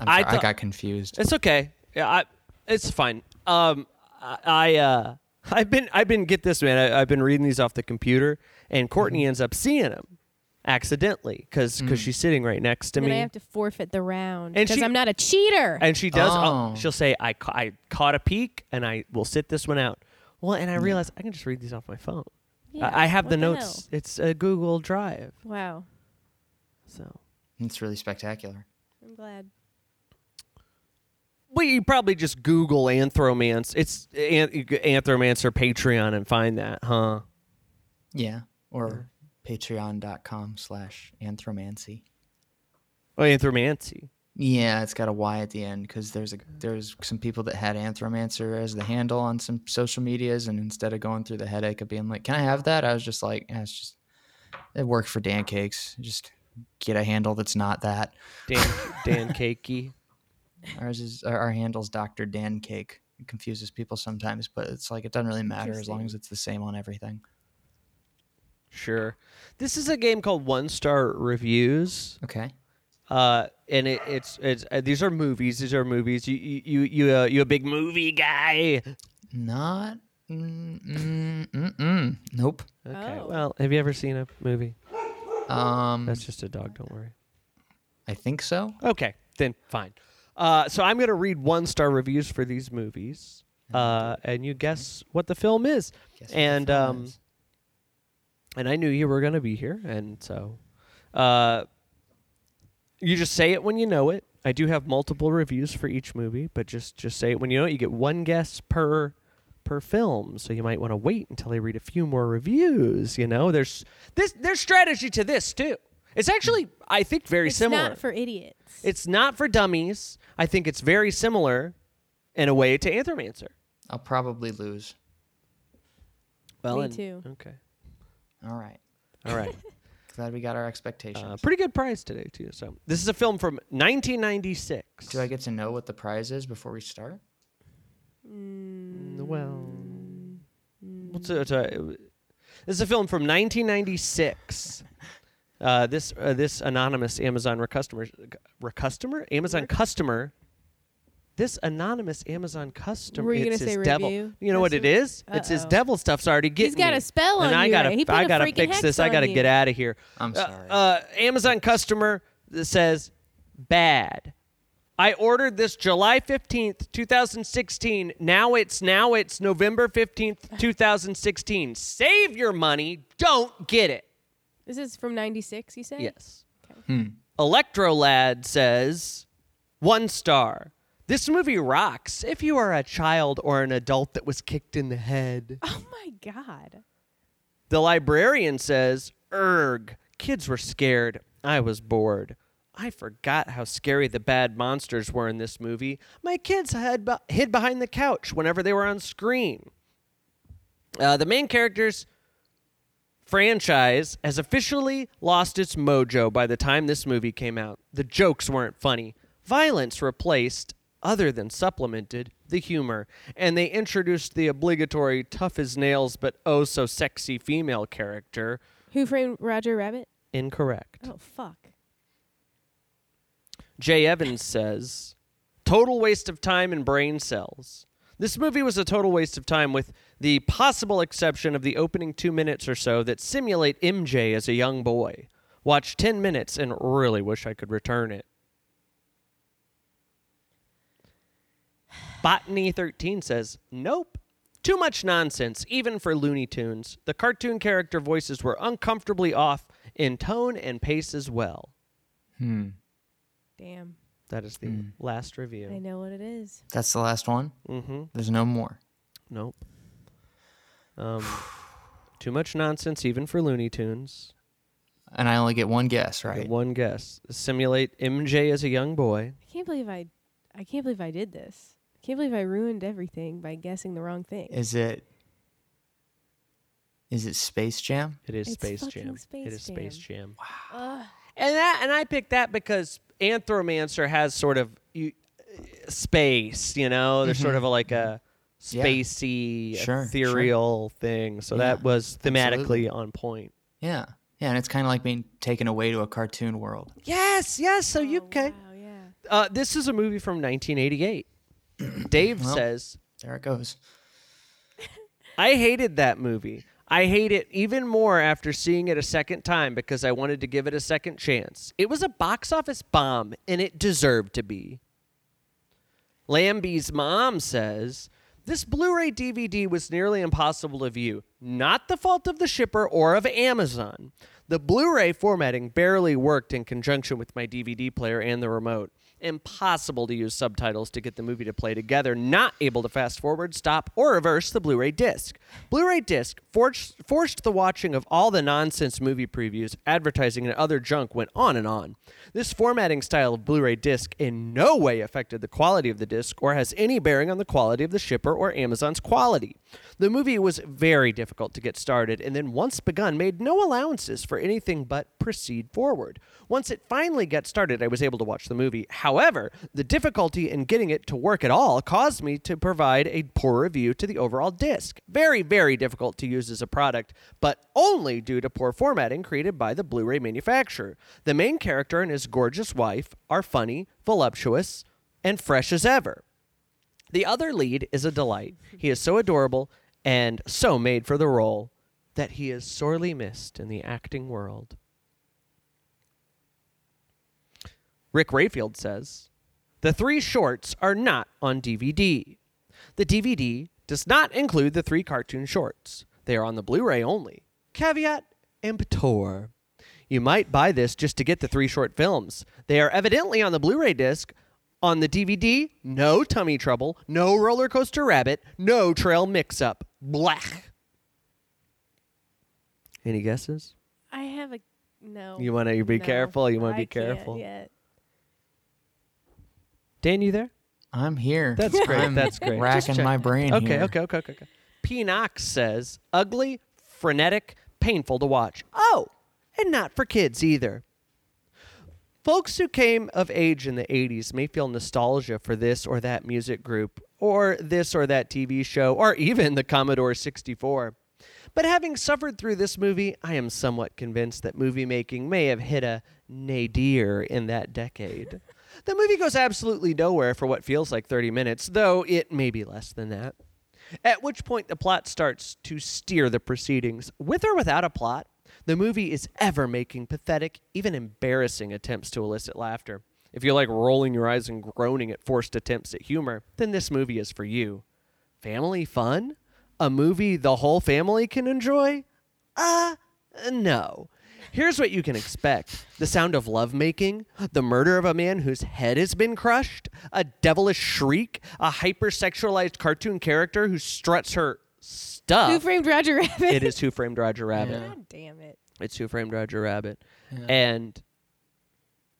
A: I
B: sorry, I
A: thought-
B: got confused.
A: it's okay. Yeah, I, it's fine. Um, I, I uh, I've been, I've been. Get this, man. I, I've been reading these off the computer, and Courtney
B: Mm-hmm.
A: ends up seeing them accidentally because
B: Mm.
A: she's sitting right next to
C: Then
A: me.
C: I have to forfeit the round
A: And
C: because
A: she-
C: I'm not a cheater.
A: And she does.
B: Oh.
A: oh, she'll say, I, ca- I caught a peek and I will sit this one out. Well, and I realize I can just read these off my phone. I-
C: Yeah,
A: I, have
C: what
A: the, notes. It's a Google Drive.
C: hell? Wow.
A: So.
B: It's really spectacular.
C: I'm glad.
A: Well, you probably just Google Anthromance. It's an- Anthromancer Patreon and find that, huh?
B: Yeah. Or patreon.com slash anthromancy.
A: Oh, Anthromancy.
B: Yeah, it's got a Y at the end because there's a
A: Mm.
B: there's some people that had anthromancer as the handle on some social medias, and instead of going through the headache of being like, "Can I have that?" I was just like, "Yeah, "It's just it worked for Dan Cakes. Just get a handle that's not that."
A: Dan, Dan Cakey.
B: Ours is our, our handle's Doctor Dan Cake. It confuses people sometimes, but it's like it doesn't really matter as long as it's the same on everything.
A: Sure. This is a game called One Star Reviews.
B: Okay.
A: uh, and it, it's it's uh, these are movies. These are movies. You you you you uh, you a big movie guy?
B: Not. Mm, mm, mm, mm. Nope.
A: Okay.
C: Oh.
A: Well, have you ever seen a movie?
B: Um,
A: That's just a dog. Don't worry.
B: I think so.
A: Okay, then fine. Uh, so I'm gonna read one star reviews for these movies, uh, and you guess what the film is.
B: Mm-hmm. Guess what the
A: and
B: film
A: um,
B: is.
A: and I knew you were gonna be here, and so, uh, you just say it when you know it. I do have multiple reviews for each movie, but just just say it when you know it. You get one guess per per film, so you might want to wait until they read a few more reviews. You know, there's this there's strategy to this too. It's actually I think very
C: it's
A: similar.
C: not for idiots.
A: it's not for dummies. I think it's very similar in a way to Anthromancer.
B: I'll probably lose.
A: Well,
C: Me
A: and-
C: too.
A: Okay.
B: All right.
A: All right.
B: Glad we got our expectations.
A: Uh, pretty good prize today too. So this is a film from 1996.
B: Do I get to know what the prize is before we start?
A: Mm, Well, what's it- uh, this is a film from 1996. Uh, this uh, this anonymous Amazon re- customer, re- customer Amazon customer. This anonymous Amazon customer.
C: Were you
A: it's
C: gonna say
A: his devil.
C: review?
A: You know what
C: That's
A: it is? It's his
C: Uh-oh.
A: devil stuff's already getting.
C: got
A: me.
C: a spell
A: and
C: on
A: I
C: you,
A: gotta,
C: Ray. He put
A: I
C: a
A: gotta
C: freaking
A: fix
C: hex
A: this. I
C: on
A: gotta
C: you.
A: get out of here.
B: I'm
A: Uh,
B: sorry.
A: Uh, Amazon customer that says bad. I ordered this July 15th, 2016. Now it's now it's November 15th, 2016. Save your money. Don't get it.
C: This is from '96. You say?
A: Yes.
B: Hmm.
A: Electrolad says one star. This movie rocks if you are a child or an adult that was kicked in the head.
C: [laughs] Oh my god.
A: The librarian says, Erg, kids were scared. I was bored. I forgot how scary the bad monsters were in this movie. My kids had be- hid behind the couch whenever they were on screen. Uh, the main character's franchise has officially lost its mojo by the time this movie came out. The jokes weren't funny. Violence replaced, other than supplemented, the humor, and they introduced the obligatory tough as nails but oh so sexy female character.
C: Who framed Roger Rabbit?
A: Incorrect.
C: Oh fuck.
A: Jay Evans says, total waste of time and brain cells. This movie was a total waste of time, with the possible exception of the opening two minutes or so that simulate MJ as a young boy. Watch 10 minutes and really wish I could return it. Botany13 says, Nope. Too much nonsense, even for Looney Tunes. The cartoon character voices were uncomfortably off in tone and pace as well.
C: Damn.
A: That is the last review.
C: I know what it is.
B: That's the last one.
A: Mm-hmm.
B: There's no more.
A: Nope. Um, too much nonsense, even for Looney Tunes.
B: And I only get one guess,
A: Get
B: right?
A: One guess. Simulate MJ as a young boy.
C: I can't believe I. I can't believe I did this. I can't believe I ruined everything by guessing the wrong thing.
B: Is it? Is it Space Jam?
A: It is
C: It's
A: Space
C: fucking
A: Jam.
C: Space
A: it is Space Jam.
C: Ugh.
A: And that, and I picked that because Anthromancer has sort of you, uh, space. You know, there's sort of a, like a
B: Yeah.
A: spacey,
B: Sure, sure.
A: ethereal thing. So
B: Yeah,
A: that was
B: absolutely.
A: thematically on point.
B: Yeah. Yeah, and it's kind of like being taken away to a cartoon world.
A: Yes, yes. So you okay?
C: Oh, Wow, yeah.
A: Uh, this is a movie from 1988. Dave
B: Well,
A: says
B: There it goes.
A: I hated that movie. I hate it even more after seeing it a second time because I wanted to give it a second chance. It was a box office bomb and it deserved to be. Lambie's mom says, This Blu ray DVD was nearly impossible to view. Not the fault of the shipper or of Amazon. The Blu ray formatting barely worked in conjunction with my DVD player and the remote. Impossible to use subtitles to get the movie to play together. Not able to fast forward, stop, or reverse the Blu ray disc. Blu ray disc forced, forced the watching of all the nonsense movie previews, advertising, and other junk went on and on. This formatting style of Blu ray disc in no way affected the quality of the disc or has any bearing on the quality of the shipper or Amazon's quality. The movie was very difficult to get started and then, once begun, made no allowances for anything but proceed forward. Once it finally got started, I was able to watch the movie. However, the difficulty in getting it to work at all caused me to provide a poor review to the overall disc. Very, very difficult to use as a product, but only due to poor formatting created by the Blu ray manufacturer. The main character and his gorgeous wife are funny, voluptuous, and fresh as ever. The other lead is a delight. He is so adorable and so made for the role that he is sorely missed in the acting world. Rick Rayfield says The three shorts are not on DVD. The DVD does not include the three cartoon shorts, they are on the Blu ray only. Caveat emptor. You might buy this just to get the three short films. They are evidently on the Blu ray disc On the DVD, no tummy trouble, no roller coaster rabbit, no trail mix up. Blech. Any guesses?
C: I have a no.
A: You wanna be
C: no,
A: careful, you wanna
C: I
A: be
C: can't
A: careful.
C: yet.
A: Dan, you there?
B: I'm here.
A: That's great,
B: I'm
A: that's great. Just
B: Racking
A: check-
B: my brain.
A: Okay,
B: here.
A: okay, okay, okay, okay. P Knox says ugly, frenetic, painful to watch. Oh, and not for kids either. Folks who came of age in the 80s may feel nostalgia for this or that music group, or this or that TV show, or even the Commodore 64. But having suffered through this movie, I am somewhat convinced that movie making may have hit a nadir in that decade. The movie goes absolutely nowhere for what feels like 30 minutes, though it may be less than that. At which point, the plot starts to steer the proceedings. With or without a plot, the movie is ever making pathetic, even embarrassing attempts to elicit laughter. If you like rolling your eyes and groaning at forced attempts at humor, then this movie is for you. Family fun? A movie the whole family can enjoy? Uh, no. Here's what you can expect the sound of lovemaking, the murder of a man whose head has been crushed, a devilish shriek, a hypersexualized cartoon character who struts her
C: Who
A: stuff.
C: framed Roger Rabbit?
A: Ah.
C: [laughs]
A: it is Who Framed Roger Rabbit.
B: Yeah.
C: God damn it.
A: It's Who Framed Roger Rabbit. And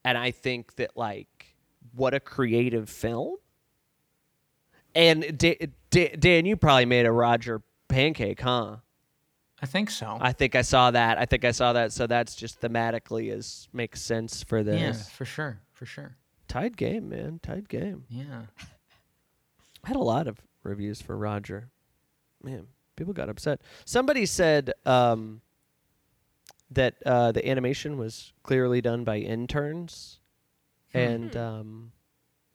A: and I think that like what a creative film. And da- da- Dan, you probably made a Roger pancake, huh?
B: I think so.
A: I think I saw that. I think I saw that. So that's just thematically is makes sense for this.
B: yeah, for sure. For sure.
A: Tied game, man. Tied game.
B: Yeah.
A: I had a lot of reviews for Roger. Man, people got upset. Somebody said um, that uh, the animation was clearly done by interns,
B: Hmm.
A: and um,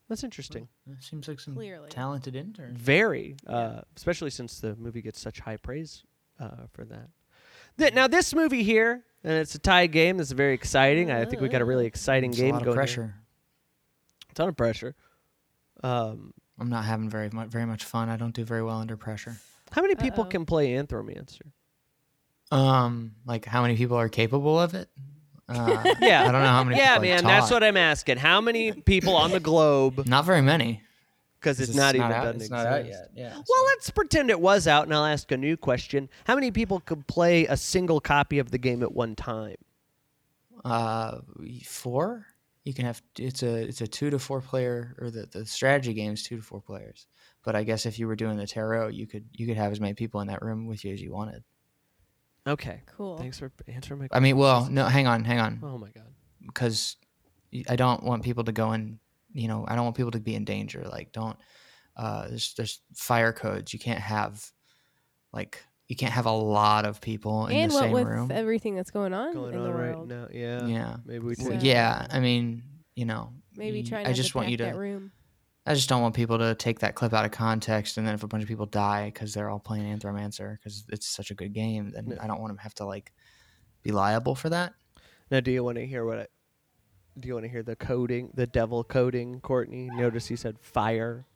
A: that's interesting.
B: That seems like some
C: Clearly.
B: talented intern.
A: Very, uh, especially since the movie gets such high praise uh, for that. Th- now this movie here, and it's a tie game. This is very exciting. I think we got a really exciting
B: It's a
A: game
B: lot
A: going.
B: of
A: here.
B: pressure.
A: Ton of pressure. Um,
B: I'm not having very much very much fun. I don't do very well under pressure.
A: how many people
C: Uh-oh.
A: can play
B: [laughs]
A: Anthromancer?
B: Um, like how many people are capable of it? Uh,
A: [laughs] Yeah.
B: I don't know how many.
A: Yeah,
B: people
A: man,
B: I've
A: that's
B: taught.
A: what I'm asking. How
B: [laughs]
A: many people on the globe?
B: Not very many.
A: Because
B: 'cause
A: it's, not even
B: out,
A: done
B: It's not out
A: exist.
B: yet. Yeah.
A: Well, let's pretend it was out, and I'll ask a new question. How many people could play a single copy of the game at one time?
B: uh, four. You can have it's a it's a two to four player or the, the strategy game is two to four players. But I guess if you were doing the tarot, you could you could have as many people in that room with you as you wanted.
A: Okay.
C: Cool.
A: Thanks for answering my
B: I
A: question.
B: mean, well, no, hang on, hang on,
A: oh my god.
B: because I don't want people to go in. You know, I don't want people to be in danger. Like, don't. Uh, there's there's fire codes. You can't have, like, you can't have a lot of people in
C: and
B: the
C: what
B: same
C: with
B: room.
C: everything that's going on
A: Going
C: in the
A: on right
C: world,
A: now. Yeah.
B: yeah,
A: Maybe we
C: So-
A: take-
B: yeah. I mean, you know,
C: maybe
A: Mm.
B: y-
C: try not
B: I just
C: to
B: want you
C: pack
B: to
C: that room.
B: I just don't want people to take that clip out of context, and then if a bunch of people die because they're all playing Anthromancer because it's such a good game, then
A: Yeah.
B: I don't want to have to like be liable for that.
A: Now, do you want to hear what? I, do you want to hear the coding, the devil coding, Courtney? Notice he said fire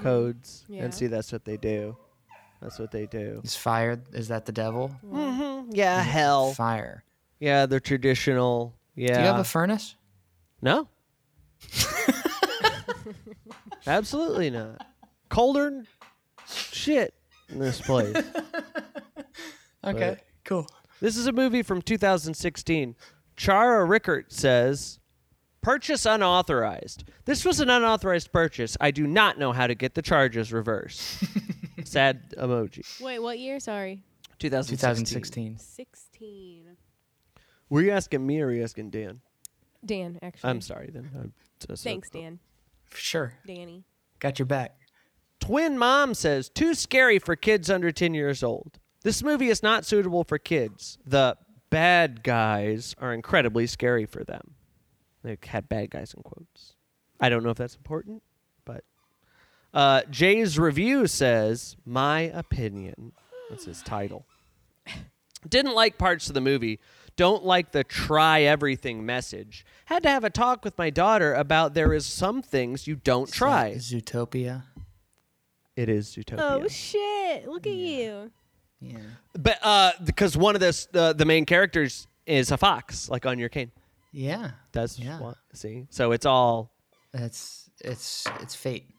A: codes,
C: Mm-hmm. Yeah.
A: and see that's what they do. That's what they do.
B: Is fire is that the devil?
A: Mm-hmm. Yeah, hell.
B: Fire.
A: Yeah, the traditional. Yeah.
B: Do you have a furnace? [laughs]
A: no? Absolutely not. Colder than shit in this place.
B: Okay,
A: Right.
B: cool.
A: This is a movie from 2016. Chara Rickert says, Purchase unauthorized. This was an unauthorized purchase. I do not know how to get the charges
B: [laughs]
A: reversed. Sad emoji.
C: Wait, what year? Sorry,
A: 2016.
B: 2016.
C: sixteen.
A: Were you asking me or were you asking Dan?
C: Dan, actually.
A: I'm sorry then. I'm just-
C: Thanks, Dan.
B: Sure,
C: Danny.
B: got your back.
A: Twin Mom says, too scary for kids under 10 years old. This movie is not suitable for kids. The bad guys are incredibly scary for them. They had bad guys in quotes. I don't know if that's important, but. Uh, Jay's review says, My opinion. That's his title. Didn't like parts of the movie. Don't like the try everything message. Had to have a talk with my daughter about there is some things you don't try.
B: Zootopia.
A: It is Zootopia.
C: Oh shit! Look at you.
B: Yeah.
A: But uh, because one of the s- the the main characters is a fox, like on your cane.
B: Yeah.
A: That's
B: Yeah.
A: what- see. So it's all
B: That's it's it's fate.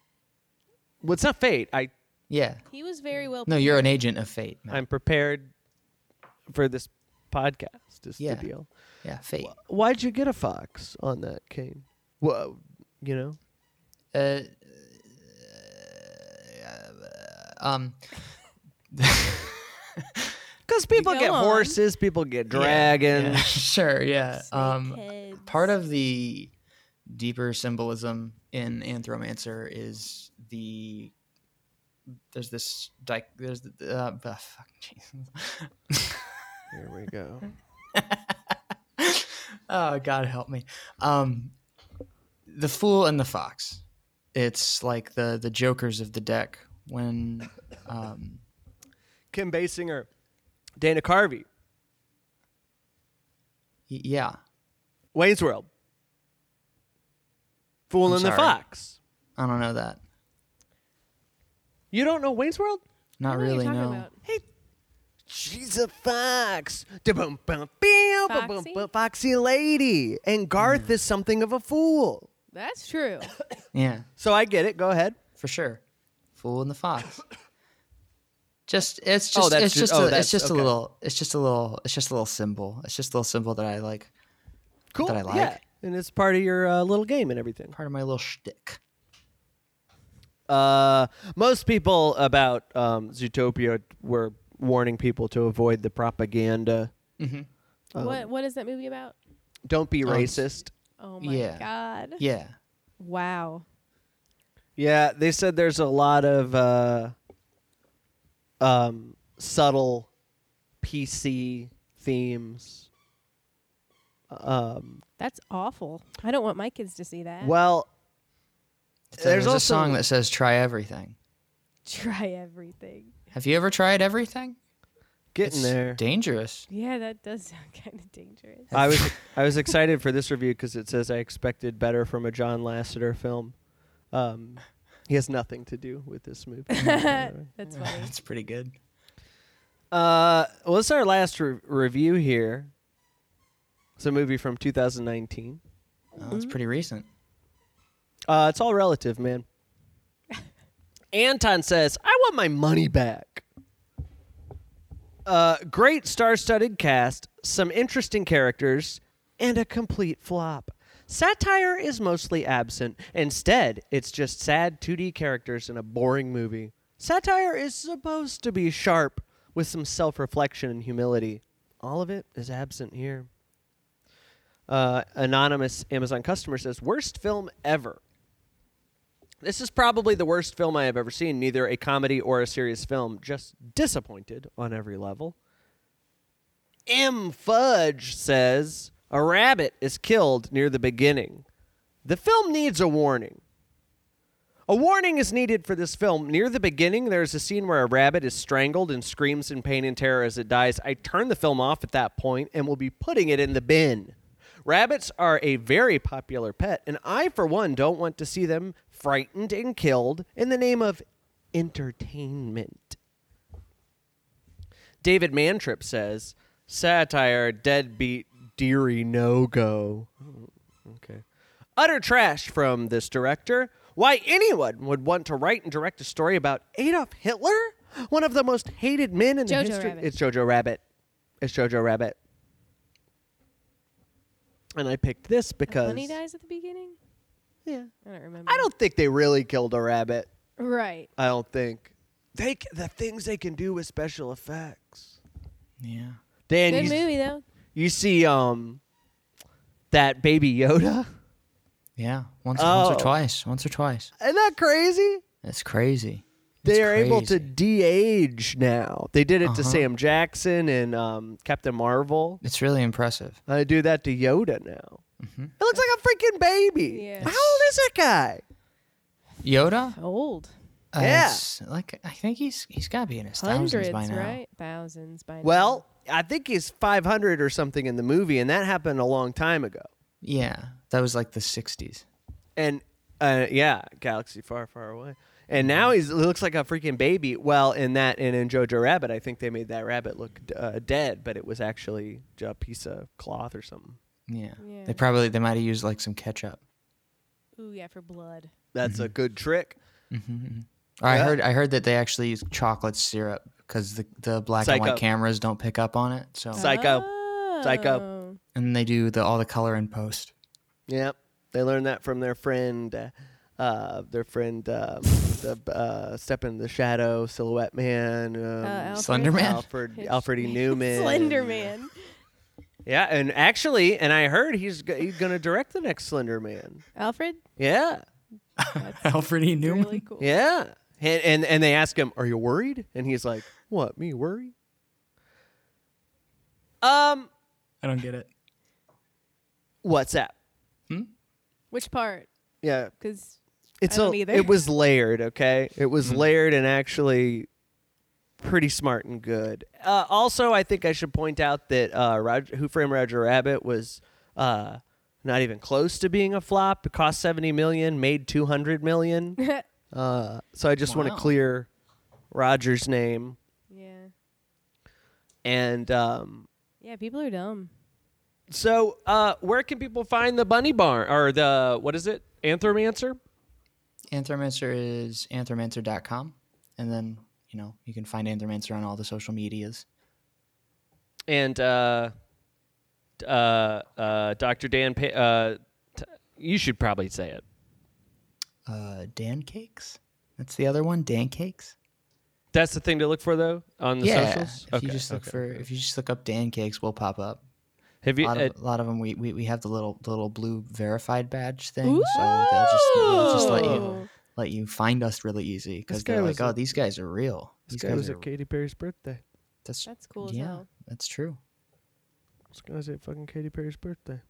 A: Well, it's not fate. I
B: Yeah.
C: He was very well.
B: No, you're an agent of fate. Matt.
A: I'm prepared for this podcast. Is
B: Yeah.
A: the deal?
B: yeah, fate.
A: Why'd you get a fox on that cane? Well, you know,
B: Uh, um,
A: because people
C: Go
A: get
C: on.
A: horses, people get
B: yeah,
A: dragons.
B: [laughs] sure, yeah. Um,
C: Snakeheads.
B: part of the deeper symbolism in anthromancer is the there's this di- there's the uh, [laughs] bah, fuck, jeez.
A: Here we go. [laughs]
B: oh god help me um the fool and the fox it's like the the jokers of the deck when um
A: Kim Basinger, Dana Carvey,
B: y- yeah
A: Wayne's World, Fool
B: I'm
A: and the
B: sorry.
A: Fox.
B: i don't know that
A: You don't know Wayne's World?
C: I
B: not
C: don't know what
B: really
C: you're
B: no
C: talking about.
A: She's a fox. Da-boom, bum, bam, ba-boom,
C: Foxy?
A: bu- Foxy lady. And Garth is something of a fool.
C: That's
B: [coughs]
C: true.
B: yeah
A: So I get it. Go ahead.
B: for sure fool and the fox just it's just
A: that's
B: it's
A: just-
B: just
A: oh,
B: a,
A: that's-
B: it's just
A: okay.
B: a little it's just a little it's just a little symbol it's just a little symbol that i like
A: Cool.
B: That I like.
A: Yeah. And it's part of your uh, little game and everything.
B: part of my little shtick.
A: Uh, most people about um, Zootopia were warning people to avoid the propaganda.
B: Oh.
C: what What is that movie about?
A: Don't be
B: Um,
A: racist.
C: Oh my
B: yeah.
C: god!
B: yeah
C: Wow.
A: Yeah, they said there's a lot of uh, um, subtle PC themes. Um,
C: That's awful. I don't want my kids to see that.
A: well,
B: So there's, a
A: also-
B: song that says try everything
C: [laughs] Try everything.
B: have you ever tried everything
A: getting there.
B: dangerous
C: Yeah, that does [laughs] sound kind of dangerous.
A: I was I was excited for this review because it says I expected better from a John Lasseter film. Um, he has nothing to do with this movie.
C: That's
B: [laughs]
C: funny.
B: That's pretty good.
A: Uh, well, this is our last re- review here. It's a movie from 2019.
B: Oh, it's pretty recent.
A: Uh, it's all relative, man. Anton says, I want my money back. Uh, great star studded cast, some interesting characters, and a complete flop. Satire is mostly absent. Instead, it's just sad 2D characters in a boring movie. Satire is supposed to be sharp with some self reflection and humility. All of it is absent here. Uh, anonymous Amazon customer says, Worst film ever. This is probably the worst film I have ever seen, neither a comedy or a serious film, just disappointed on every level. M. Fudge says, A rabbit is killed near the beginning. The film needs a warning. A warning is needed for this film. Near the beginning, there's a scene where a rabbit is strangled and screams in pain and terror as it dies. I turned the film off at that point and will be putting it in the bin. Rabbits are a very popular pet, and I, for one, don't want to see them frightened and killed in the name of entertainment. David Mantrip says, satire, deadbeat, deary no go. Okay. Utter trash from this director. Why anyone would want to write and direct a story about Adolf Hitler? One of the most hated men in
C: Jojo
A: the history.
C: Rabbit.
A: It's Jojo Rabbit. It's Jojo Rabbit. And I picked this
C: Because
A: because
C: Bunny dies at the beginning.
A: yeah.
C: I don't remember.
A: I don't think they really killed a rabbit.
C: Right.
A: I don't think. They c- the things they can do with special effects.
B: Yeah.
A: Dan,
C: Good
A: you, s-
C: movie though.
A: you see um that baby Yoda?
B: Yeah. Once,
A: Oh.
B: once or twice. Once or twice.
A: Isn't that crazy?
B: That's crazy. That's
A: They are able to
B: crazy.
A: de-age now. They did it to
B: Uh-huh.
A: Sam Jackson and um, Captain Marvel.
B: It's really impressive.
A: I do that to Yoda now. It looks like a freaking baby.
C: Yeah.
A: How old is that guy?
B: Yoda?
C: Old.
B: Uh,
A: Yeah.
B: it's like I think he's he's got to be in his
C: Hundreds,
B: thousands by now.
C: right? Thousands by now.
A: Well, I think he's 500 or something in the movie, and that happened a long time ago.
B: Yeah. That was like the 60s.
A: and uh, yeah, galaxy far, far away. And now he's, he looks like a freaking baby. Well, in that and in Jojo Rabbit, I think they made that rabbit look uh, dead, but it was actually j- a piece of cloth or something.
B: Yeah.
C: Yeah.
B: They probably they might have used like some ketchup.
C: Ooh yeah, for blood.
A: That's a good trick.
B: Or I
A: Yeah.
B: heard I heard that they actually use chocolate syrup because the, the black and
A: Psycho.
B: white cameras don't pick up on it. So
A: Psycho. Psycho.
C: Oh.
B: and they do the all the color in post. [laughs]
A: Yep. They learned that from their friend, uh, uh, their friend, um, the uh, Step in the Shadow, Silhouette Man, um,
C: Uh, Alfred?
B: Slenderman?
A: Alfred, Alfred E. Newman,
C: Slender Man.
A: Yeah, and actually, and I heard he's g- he's gonna direct the next Slender Man.
C: Alfred?
A: Yeah,
C: That's
B: Alfred E. Newman.
C: really cool.
A: yeah. And, and and they ask him, "Are you worried?" And he's like, "What? Me worry?" Um,
B: I don't get it.
A: what's that?
C: Which part?
A: Yeah,
C: Because
B: [laughs]
A: It's
C: I don't
A: a-
C: either.
A: It was layered, okay? It was layered and actually pretty smart and good. Uh, also, I think I should point out that uh, Roger, Who Framed Roger Rabbit was uh, not even close to being a flop. It cost seventy million, made two hundred [laughs] million.
C: yeah.
A: Uh, so I just want to
B: Wow.
A: clear Roger's name and. Um,
C: Yeah, people are dumb.
A: so, uh, where can people find the Bunny Barn or the what is it? Anthromancer?
B: Anthromancer is anthromancer.com. And then, you know, you can find Anthromancer on all the social medias.
A: and uh, d- uh, uh, Dr. Dan, pa- uh, t- you should probably say it.
B: Uh, Dan Cakes? That's the other one, Dan Cakes?
A: That's the thing to look for though on the
B: yeah.
A: socials.
B: If you just look for if you just look up Dan Cakes, we'll pop up.
A: have
B: A
A: you?
B: lot
A: uh,
B: of, a lot of them we, we, we have the little the little blue verified badge thing, so they'll just, they'll just let you
C: Ooh.
B: let you find us really easy because
A: This guy
B: they're like,
A: was a-
B: oh, these guys are real. These
A: this guy was
B: are
A: at Katy Perry's birthday.
B: that's
C: That's cool
B: yeah,
C: as hell.
B: that's true.
A: This guy was at fucking Katy Perry's birthday.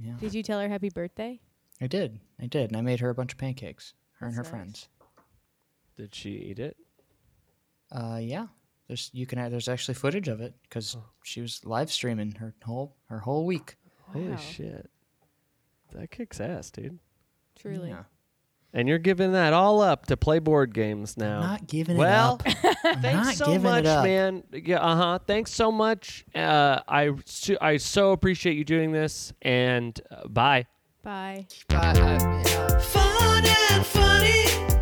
B: Yeah,
C: Did you tell her happy birthday?
B: I did, I did, and I made her a bunch of pancakes. Her and her
C: That's nice.
B: friends.
A: Did she eat it?
B: Uh, yeah. There's you can there's actually footage of it because she was live streaming her whole her whole week.
A: Holy
C: Wow.
A: shit! That kicks ass, dude.
C: Truly.
B: Yeah.
A: And you're giving that all up to play board games now.
B: Not
A: [laughs]
B: giving
A: Well,
B: it up. I'm
A: Thanks
B: not
A: so
B: giving
A: much,
B: it up.
A: man. Yeah, uh huh. Thanks so much. Uh, I su- I so appreciate you doing this. And uh, bye.
C: Bye.
B: Bye.
D: Fun and funny.